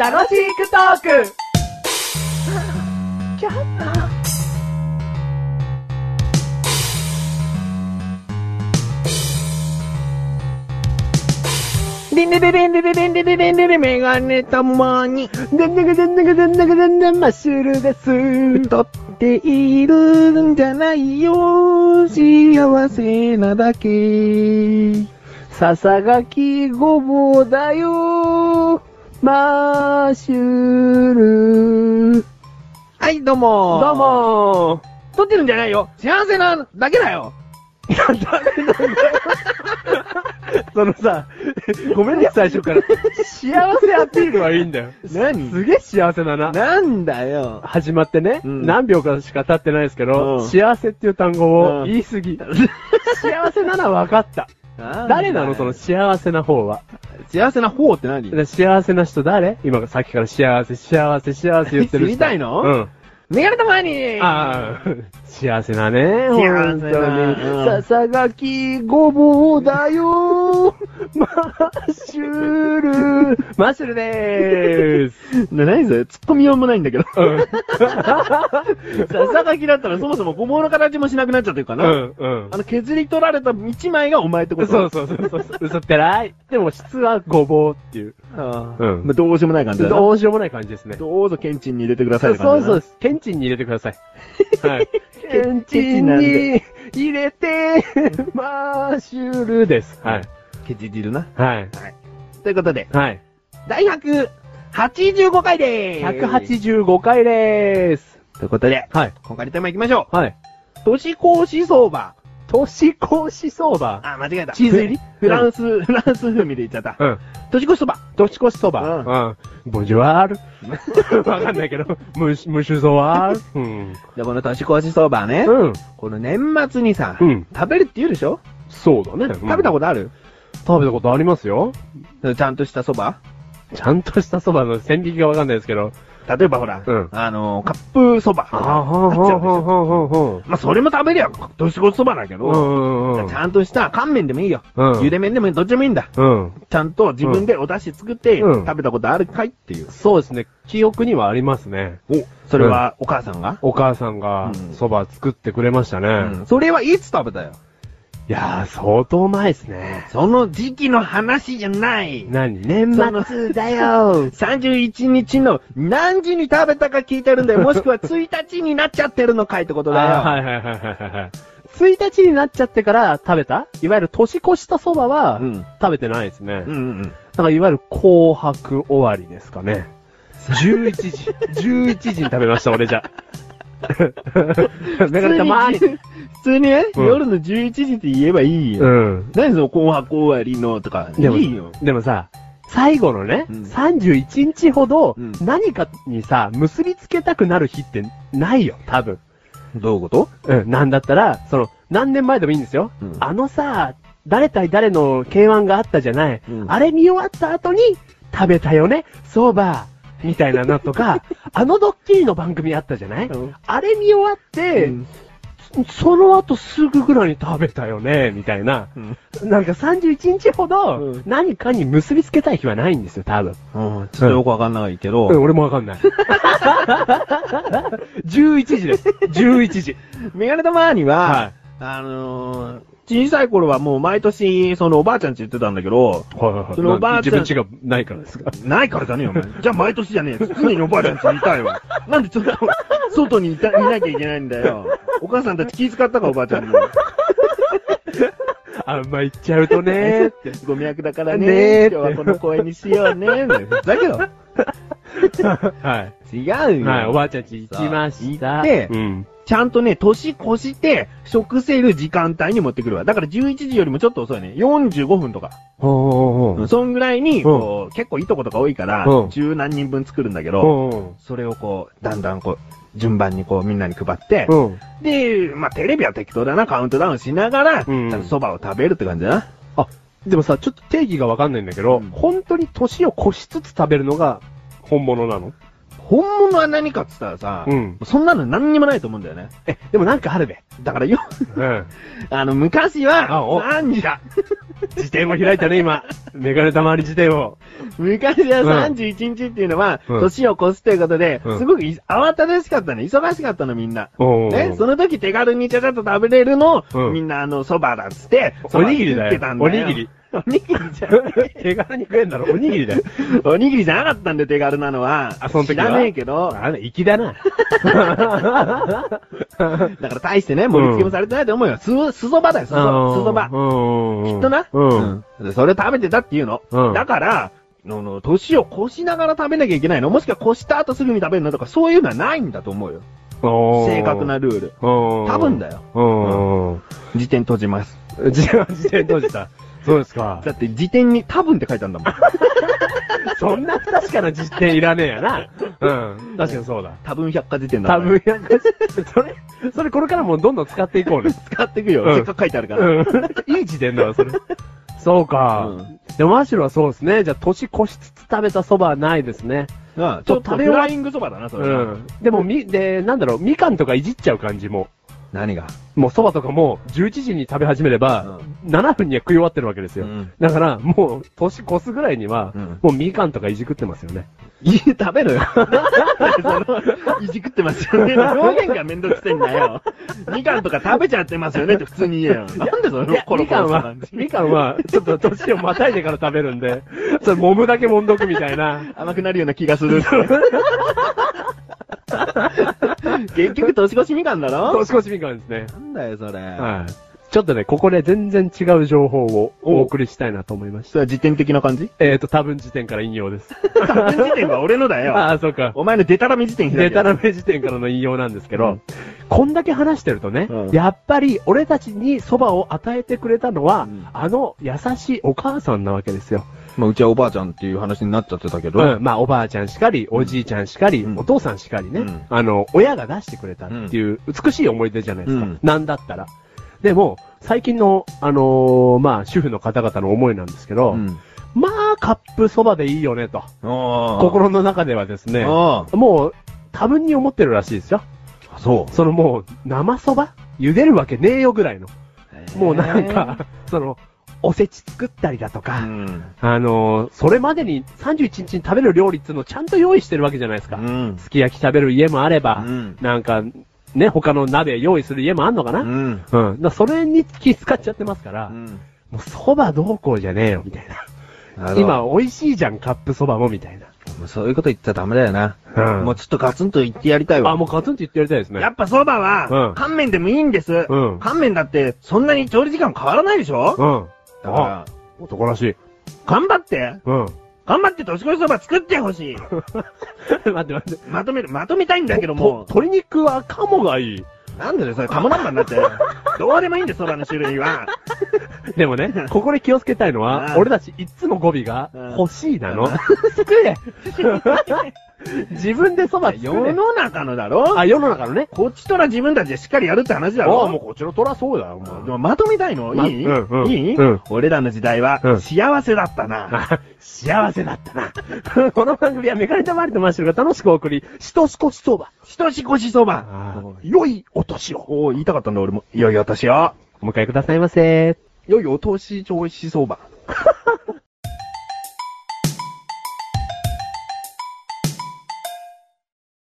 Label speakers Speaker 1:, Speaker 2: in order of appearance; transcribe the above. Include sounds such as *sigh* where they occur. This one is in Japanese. Speaker 1: 楽しくトーク
Speaker 2: リンリリリンリリリンリリリンリリメガネたまに、でんでんでんでんでんでんでんでんマッシュルです。太っているんじゃないよ、幸せなだけ。ささがきごぼうだよ、マッシュル。はい、どうも。
Speaker 1: どうも
Speaker 2: 撮ってるんじゃないよ。幸せなだけだよ。いや、ダメだよ。そのさ、ごめんね、最初から。幸せアピールはいいんだよ。
Speaker 1: す
Speaker 2: 何
Speaker 1: げえ幸せだな。
Speaker 2: なんだよ。
Speaker 1: 始まってね、
Speaker 2: うん
Speaker 1: 何秒かしか経ってないですけど、
Speaker 2: うん
Speaker 1: 幸せっていう単語
Speaker 2: う
Speaker 1: を
Speaker 2: ん
Speaker 1: 言い過ぎ。幸せなら分かった。誰なのその幸せな方は。
Speaker 2: 幸せな方って何
Speaker 1: で幸せな人誰今さっきから幸せ、幸せ、幸せ言ってる人。
Speaker 2: 知りたいの
Speaker 1: うん。
Speaker 2: メガネたまに
Speaker 1: ああ、幸せだね。
Speaker 2: 幸せだ
Speaker 1: 本当に
Speaker 2: ささがきごぼうだよ *laughs* マッシュル
Speaker 1: マッシュルでーす。
Speaker 2: な、何それ突っ込みようもないんだけど。 *laughs*
Speaker 1: うん。
Speaker 2: ささがきだったらそもそもごぼうの形もしなくなっちゃってるか
Speaker 1: う
Speaker 2: ら。
Speaker 1: ん、うん
Speaker 2: あ。の、削り取られた一枚がお前ってこと
Speaker 1: そうそうそうそう。嘘ってらい。でも質はごぼうっていう。
Speaker 2: あ
Speaker 1: うん
Speaker 2: まあどうしようもない感じだな。
Speaker 1: どうしようもない感じですね。
Speaker 2: どうぞケンチンに入れてくださ
Speaker 1: そう
Speaker 2: いって感
Speaker 1: そう
Speaker 2: じだな。
Speaker 1: です。ケンチンに入れてください。はい。ケン
Speaker 2: ケ
Speaker 1: チ
Speaker 2: チ
Speaker 1: ン
Speaker 2: なん
Speaker 1: に
Speaker 2: で
Speaker 1: 入れて、マッシュルです。はい。
Speaker 2: ケチっているな。
Speaker 1: はい。
Speaker 2: ということで、
Speaker 1: はい。
Speaker 2: 第185回でーす。
Speaker 1: 185回でーす。
Speaker 2: ということで、
Speaker 1: はい。
Speaker 2: 今回のテーマ行きましょ
Speaker 1: はい。
Speaker 2: う。都市高市相場。
Speaker 1: 年越し相場。
Speaker 2: あ、間違えた。
Speaker 1: チーズ入り
Speaker 2: フランス、フランス風味で言っちゃった。
Speaker 1: うん。
Speaker 2: 年越しそば。
Speaker 1: 年越しそば。うん。ボンジュワール。 *laughs* わかんないけど、ムシュ、ムシュゾワール。うん。
Speaker 2: で、この年越しそばね、
Speaker 1: うん。
Speaker 2: この年末にさ、
Speaker 1: うん
Speaker 2: 食べるって言うでしょ
Speaker 1: そうだね。
Speaker 2: 食べたことある、
Speaker 1: と、食べたことありますよ。
Speaker 2: ちゃんとしたそば
Speaker 1: ちゃんとしたそばの線引きがわかんないですけど。
Speaker 2: 例えばほら、
Speaker 1: うん
Speaker 2: あの、カップそば。
Speaker 1: ああ、ほん
Speaker 2: なっ
Speaker 1: ほん
Speaker 2: ちゃうでし
Speaker 1: ほんほ
Speaker 2: ょ
Speaker 1: んほんほん。
Speaker 2: まあ、それも食べりゃ、年越しそばだけ
Speaker 1: う
Speaker 2: ど、
Speaker 1: んうんうん
Speaker 2: ちゃんとした乾麺でもいいよ。
Speaker 1: うん
Speaker 2: 茹で麺でもいい、どっちでもいいんだ。
Speaker 1: うん。
Speaker 2: ちゃんと自分でお出汁作って、
Speaker 1: うん
Speaker 2: 食べたことあるかいっていう。
Speaker 1: そうですね。記憶にはありますね。
Speaker 2: お、それはお母さんが、
Speaker 1: お母さんが
Speaker 2: うん
Speaker 1: そば作ってくれましたね。
Speaker 2: うんそれはいつ食べたよ。
Speaker 1: いやー、相当前ですね。
Speaker 2: その時期の話じゃない。
Speaker 1: 何年
Speaker 2: その
Speaker 1: 末だよ。
Speaker 2: 31日の何時に食べたか聞いてるん
Speaker 1: *laughs*
Speaker 2: だよ。もしくは1日になっちゃってるのかいってことだよ。
Speaker 1: あーはいはいはいはいはい。1日になっちゃってから食べたいわゆる年越したそばは
Speaker 2: うん
Speaker 1: 食べてないですね。
Speaker 2: うんうんうん。
Speaker 1: だからいわゆる紅白終わりですかね。11時、11時に *laughs* 食べました、 *laughs* 俺じゃ。メガネたまーに。
Speaker 2: 普通にね、
Speaker 1: うん
Speaker 2: 夜の11時って言えばいいよ。
Speaker 1: うん。
Speaker 2: 何その紅白終わりのとか。い
Speaker 1: でも、
Speaker 2: いよ。
Speaker 1: でもさ、最後のね、
Speaker 2: うん
Speaker 1: 31日ほど
Speaker 2: うん
Speaker 1: 何かにさ、結びつけたくなる日ってないよ、多分。
Speaker 2: どういうこと
Speaker 1: うん、なんだったら、その、何年前でもいいんですよ。
Speaker 2: うん
Speaker 1: あのさ、誰対誰の K1 があったじゃない。
Speaker 2: うん
Speaker 1: あれ見終わった後に、食べたよね、そうば、みたいなのと
Speaker 2: *laughs*
Speaker 1: か、あのドッキリの番組あったじゃない、
Speaker 2: うん
Speaker 1: あれ見終わって、
Speaker 2: うん
Speaker 1: その後すぐぐらいに食べたよね、みたいな。
Speaker 2: うん
Speaker 1: なんか31日ほ
Speaker 2: う
Speaker 1: ど
Speaker 2: ん、
Speaker 1: 何かに結びつけたい日はないんですよ、多分。
Speaker 2: うん、ちょっとよくわかんないけど、
Speaker 1: うん、俺もわかん
Speaker 2: *laughs*
Speaker 1: ない。11時です。11時。
Speaker 2: メガネたまーには、
Speaker 1: はい
Speaker 2: あのー、小さい頃はもう毎年、そのおばあちゃんち言ってたんだけど、
Speaker 1: はいはいはい
Speaker 2: そのおばあちゃん
Speaker 1: 自分家がないからですか。
Speaker 2: ないからじゃねえよ、お前。じゃあ毎年じゃねえよ。常におばあちゃんちにいたいわ。なんでちょっと、外にいた、いなきゃいけないんだよ。お母さんたち気遣ったか、おばあちゃんに。
Speaker 1: *laughs* あんま言っちゃうとねーって。
Speaker 2: ご迷惑だから
Speaker 1: ねえ
Speaker 2: ね
Speaker 1: って
Speaker 2: 今日はこの公園にしようね。だけど、
Speaker 1: *laughs* は
Speaker 2: 違
Speaker 1: い。
Speaker 2: うよ。
Speaker 1: はい、おばあちゃん家行きました。
Speaker 2: で
Speaker 1: うん。
Speaker 2: ちゃんとね、年越して、食せる時間帯に持ってくるわ。だから11時よりもちょっと遅いね。45分とか。
Speaker 1: ほうほうほう。
Speaker 2: そんぐらいに、こう、結構いいとことか多いから
Speaker 1: うん、
Speaker 2: 十何人分作るんだけど、
Speaker 1: ほ
Speaker 2: それをこう、だんだんこう、順番にこう、みんなに配って
Speaker 1: う、ほう。うん。
Speaker 2: で、まあ、テレビは適当だな、カウントダウンしながら、
Speaker 1: うん
Speaker 2: そばを食べるって感じだな。
Speaker 1: でもさ、ちょっと定義がわかんないんだけど、
Speaker 2: うん
Speaker 1: 本当に年を越しつつ食べるのが本物なの
Speaker 2: 本物は何かっつったらさ、
Speaker 1: ん。
Speaker 2: そんなの何にもないと思うんだよね。
Speaker 1: え、でもなんかあるべ。
Speaker 2: だからよ、 *laughs*
Speaker 1: うん。
Speaker 2: あの、昔
Speaker 1: あお
Speaker 2: は、何時だ
Speaker 1: *laughs* 辞典を開いたね、今。メガネたまわり辞典を。
Speaker 2: 昔は31日っていうのは、
Speaker 1: うん
Speaker 2: 年を越すということで、
Speaker 1: うん
Speaker 2: すごくい慌ただしかったね。忙しかったの、みんな。
Speaker 1: お
Speaker 2: ね、そ
Speaker 1: の
Speaker 2: の時手軽にちゃちゃっと食べれるのを、
Speaker 1: うん
Speaker 2: みんなあの、蕎麦だっつって、
Speaker 1: おにぎり
Speaker 2: 蕎
Speaker 1: だ
Speaker 2: 麦
Speaker 1: よ
Speaker 2: 食ってた
Speaker 1: お
Speaker 2: ん。だ
Speaker 1: にぎり。。
Speaker 2: おにぎりじゃない
Speaker 1: *laughs* 手軽に食えんだろ。おにぎりだよ。 *laughs*
Speaker 2: おにぎりじゃなかったんで手軽なのは。
Speaker 1: あその時は
Speaker 2: 知らねえけど。
Speaker 1: あの、粋だな。
Speaker 2: だから大してね、盛り付けもされてないと思うよ。す、すそばだよ、すそ、すそば。
Speaker 1: うん。
Speaker 2: きっとな。
Speaker 1: うん。
Speaker 2: うん。それ食べてたっていうの。
Speaker 1: うん
Speaker 2: だから、のの、年を越しながら食べなきゃいけないの。もしくは越した後すぐに食べるのとか、そういうのはないんだと思うよ。正
Speaker 1: 正
Speaker 2: 確な。ルール。多
Speaker 1: 多
Speaker 2: 分だよ。
Speaker 1: よ。
Speaker 2: 辞典閉じます。
Speaker 1: うん。 *laughs* 自転自転閉じた。そうですか。
Speaker 2: だって辞典に多分って書いたんだもん。
Speaker 1: そんな不確かな実験いらねえやな。うん。確かにそうだ。
Speaker 2: 多分百科辞典だ
Speaker 1: 多
Speaker 2: もん
Speaker 1: 分やんかそれ、それこれからもどんどん使っていこうね。
Speaker 2: 使ってくよ。
Speaker 1: うん
Speaker 2: せっかく書いてあるから。
Speaker 1: うん。いい自伝だわ、それ。そうか。
Speaker 2: うん
Speaker 1: でも、マシュルはそうですね。じゃあ、年越しつつ食べたそばはないですね。
Speaker 2: なあちょっ
Speaker 1: ちょ
Speaker 2: と
Speaker 1: っと
Speaker 2: フライングそばだな、そうれは。
Speaker 1: ん。でも、み、で、なんだろう、みかんとかいじっちゃう感じも。
Speaker 2: 何が
Speaker 1: もうそばとかも、11時に食べ始めれば、7分には食い終わってるわけですよ。
Speaker 2: うん
Speaker 1: だから、もう、年越すぐらいには、
Speaker 2: うん
Speaker 1: もうみかんとかいじくってますよね。
Speaker 2: い食べろよ。その *laughs* いじくってます
Speaker 1: *laughs*
Speaker 2: よね。表現がめんどくせえんだよ。みかんとか食べちゃってますよねって普通に言えよ。なんでそのコロ
Speaker 1: み
Speaker 2: コ
Speaker 1: か
Speaker 2: ロ
Speaker 1: ん
Speaker 2: した
Speaker 1: は
Speaker 2: 感、
Speaker 1: み
Speaker 2: じ。
Speaker 1: かんは、ちょっと年をまたいでから食べるん
Speaker 2: *laughs*
Speaker 1: で、それ、揉むだけ揉んどくみたいな。
Speaker 2: 甘くなるような気が
Speaker 1: *laughs*
Speaker 2: する。結局年越しみかんだろ
Speaker 1: 年越しみかんですね。
Speaker 2: なんだよ、それ。
Speaker 1: はい。ちょっとね、ここで全然違う情報をお送りしたいなと思いまし
Speaker 2: それは辞典的な感じ
Speaker 1: た。えっ、ー、と、多分時点から引用です。
Speaker 2: 多分辞典は俺のだ *laughs* よ。
Speaker 1: ああ、そうか。
Speaker 2: お前のデタラメ辞典開
Speaker 1: *laughs* デ
Speaker 2: けよ
Speaker 1: タラメ時点からの引用なんですけど、
Speaker 2: うん
Speaker 1: こんだけ話してるとね、
Speaker 2: うん
Speaker 1: やっぱり俺たちに蕎麦を与えてくれたのは、
Speaker 2: うん
Speaker 1: あの優しいお母さんなわけですよ。
Speaker 2: まあ、うちはおばあちゃんっていう話になっちゃってたけど、
Speaker 1: うん、まあ、おばあちゃんしかり、おじいちゃんしかり、
Speaker 2: うん
Speaker 1: お父さんしかりね、
Speaker 2: うん
Speaker 1: あの、親が出してくれたっていう美しい思い出じゃないですか。
Speaker 2: うん
Speaker 1: なんだったら。でも、最近の、あのーまあ、主婦の方々の思いなんですけど、
Speaker 2: うん。
Speaker 1: まあ、カップそばでいいよね、と。
Speaker 2: ああ。
Speaker 1: 心の中ではですね、
Speaker 2: あ
Speaker 1: もう、多分に思ってるらしいですよ。
Speaker 2: あ。そ
Speaker 1: そのもう、生そば茹でるわけねえよぐらいの。
Speaker 2: う。
Speaker 1: もうなんか、その、おせち作ったりだと
Speaker 2: へ
Speaker 1: か、
Speaker 2: ー、うん。
Speaker 1: あのーそれまでに31日に食べる料理っていうのをちゃんと用意してるわけじゃないですか。
Speaker 2: うん。
Speaker 1: すき焼き食べる家もあれ
Speaker 2: う
Speaker 1: ば、
Speaker 2: ん。
Speaker 1: なんか、ね、他の鍋用意する家もあんのかな、うん、
Speaker 2: ん。
Speaker 1: だからそれに気使っちゃってますから、
Speaker 2: うん
Speaker 1: もう蕎麦どうこうじゃねえよ、みたいな。
Speaker 2: なるほど
Speaker 1: 今、美味しいじゃん、カップ蕎麦も、みたいな。
Speaker 2: もうそういうこと言っちゃダメだよな。
Speaker 1: うん
Speaker 2: もうちょっとガツンと言ってやりたいわ。
Speaker 1: あ、もうガツンと言ってやりたいですね。
Speaker 2: やっぱそばは、
Speaker 1: うん
Speaker 2: 乾麺でもいいんです。
Speaker 1: うん
Speaker 2: 乾麺だって、そんなに調理時間変わらないでしょ
Speaker 1: うん。
Speaker 2: だから、
Speaker 1: 男らしい。
Speaker 2: 頑張って *laughs*
Speaker 1: うん。
Speaker 2: 頑張って年越しそば作ってほしい
Speaker 1: 待って待って。
Speaker 2: まとめる、まとめたいんだけど
Speaker 1: と
Speaker 2: も、
Speaker 1: 鶏肉は鴨が
Speaker 2: *laughs*
Speaker 1: いい。
Speaker 2: なんでだよ、それ、鴨南蛮
Speaker 1: *laughs*
Speaker 2: だって。どうでもいいんだよ、そばの種類は。
Speaker 1: でもね、ここで気をつけたいの
Speaker 2: *laughs* う
Speaker 1: は、
Speaker 2: ん
Speaker 1: 俺たちいつも語尾が
Speaker 2: うん
Speaker 1: 欲しいなの
Speaker 2: うん。
Speaker 1: *laughs* 作れ自分で蕎麦作
Speaker 2: 世
Speaker 1: れ。
Speaker 2: の中のだろ
Speaker 1: あ、世の中のね。
Speaker 2: こっちとら自分たちでしっかりやるって話だ
Speaker 1: あ
Speaker 2: ろ
Speaker 1: あ、もうこちらとらそうだよ、も
Speaker 2: で
Speaker 1: う。
Speaker 2: もまとめたいの
Speaker 1: ま
Speaker 2: いい、
Speaker 1: うんうん
Speaker 2: いい、
Speaker 1: うん
Speaker 2: 俺らの時代は
Speaker 1: うん、
Speaker 2: 幸せだったな。
Speaker 1: あ幸せだったな。 *laughs* この番組はメガネたまりとマッシュルが楽しくお送り、しとしこしそば。
Speaker 2: ひとしこしそば
Speaker 1: あ。
Speaker 2: 良いお年を。おー言いたかったんだ、俺も。良いお年を。
Speaker 1: お迎えくださいませ。
Speaker 2: 良いお年調子そば。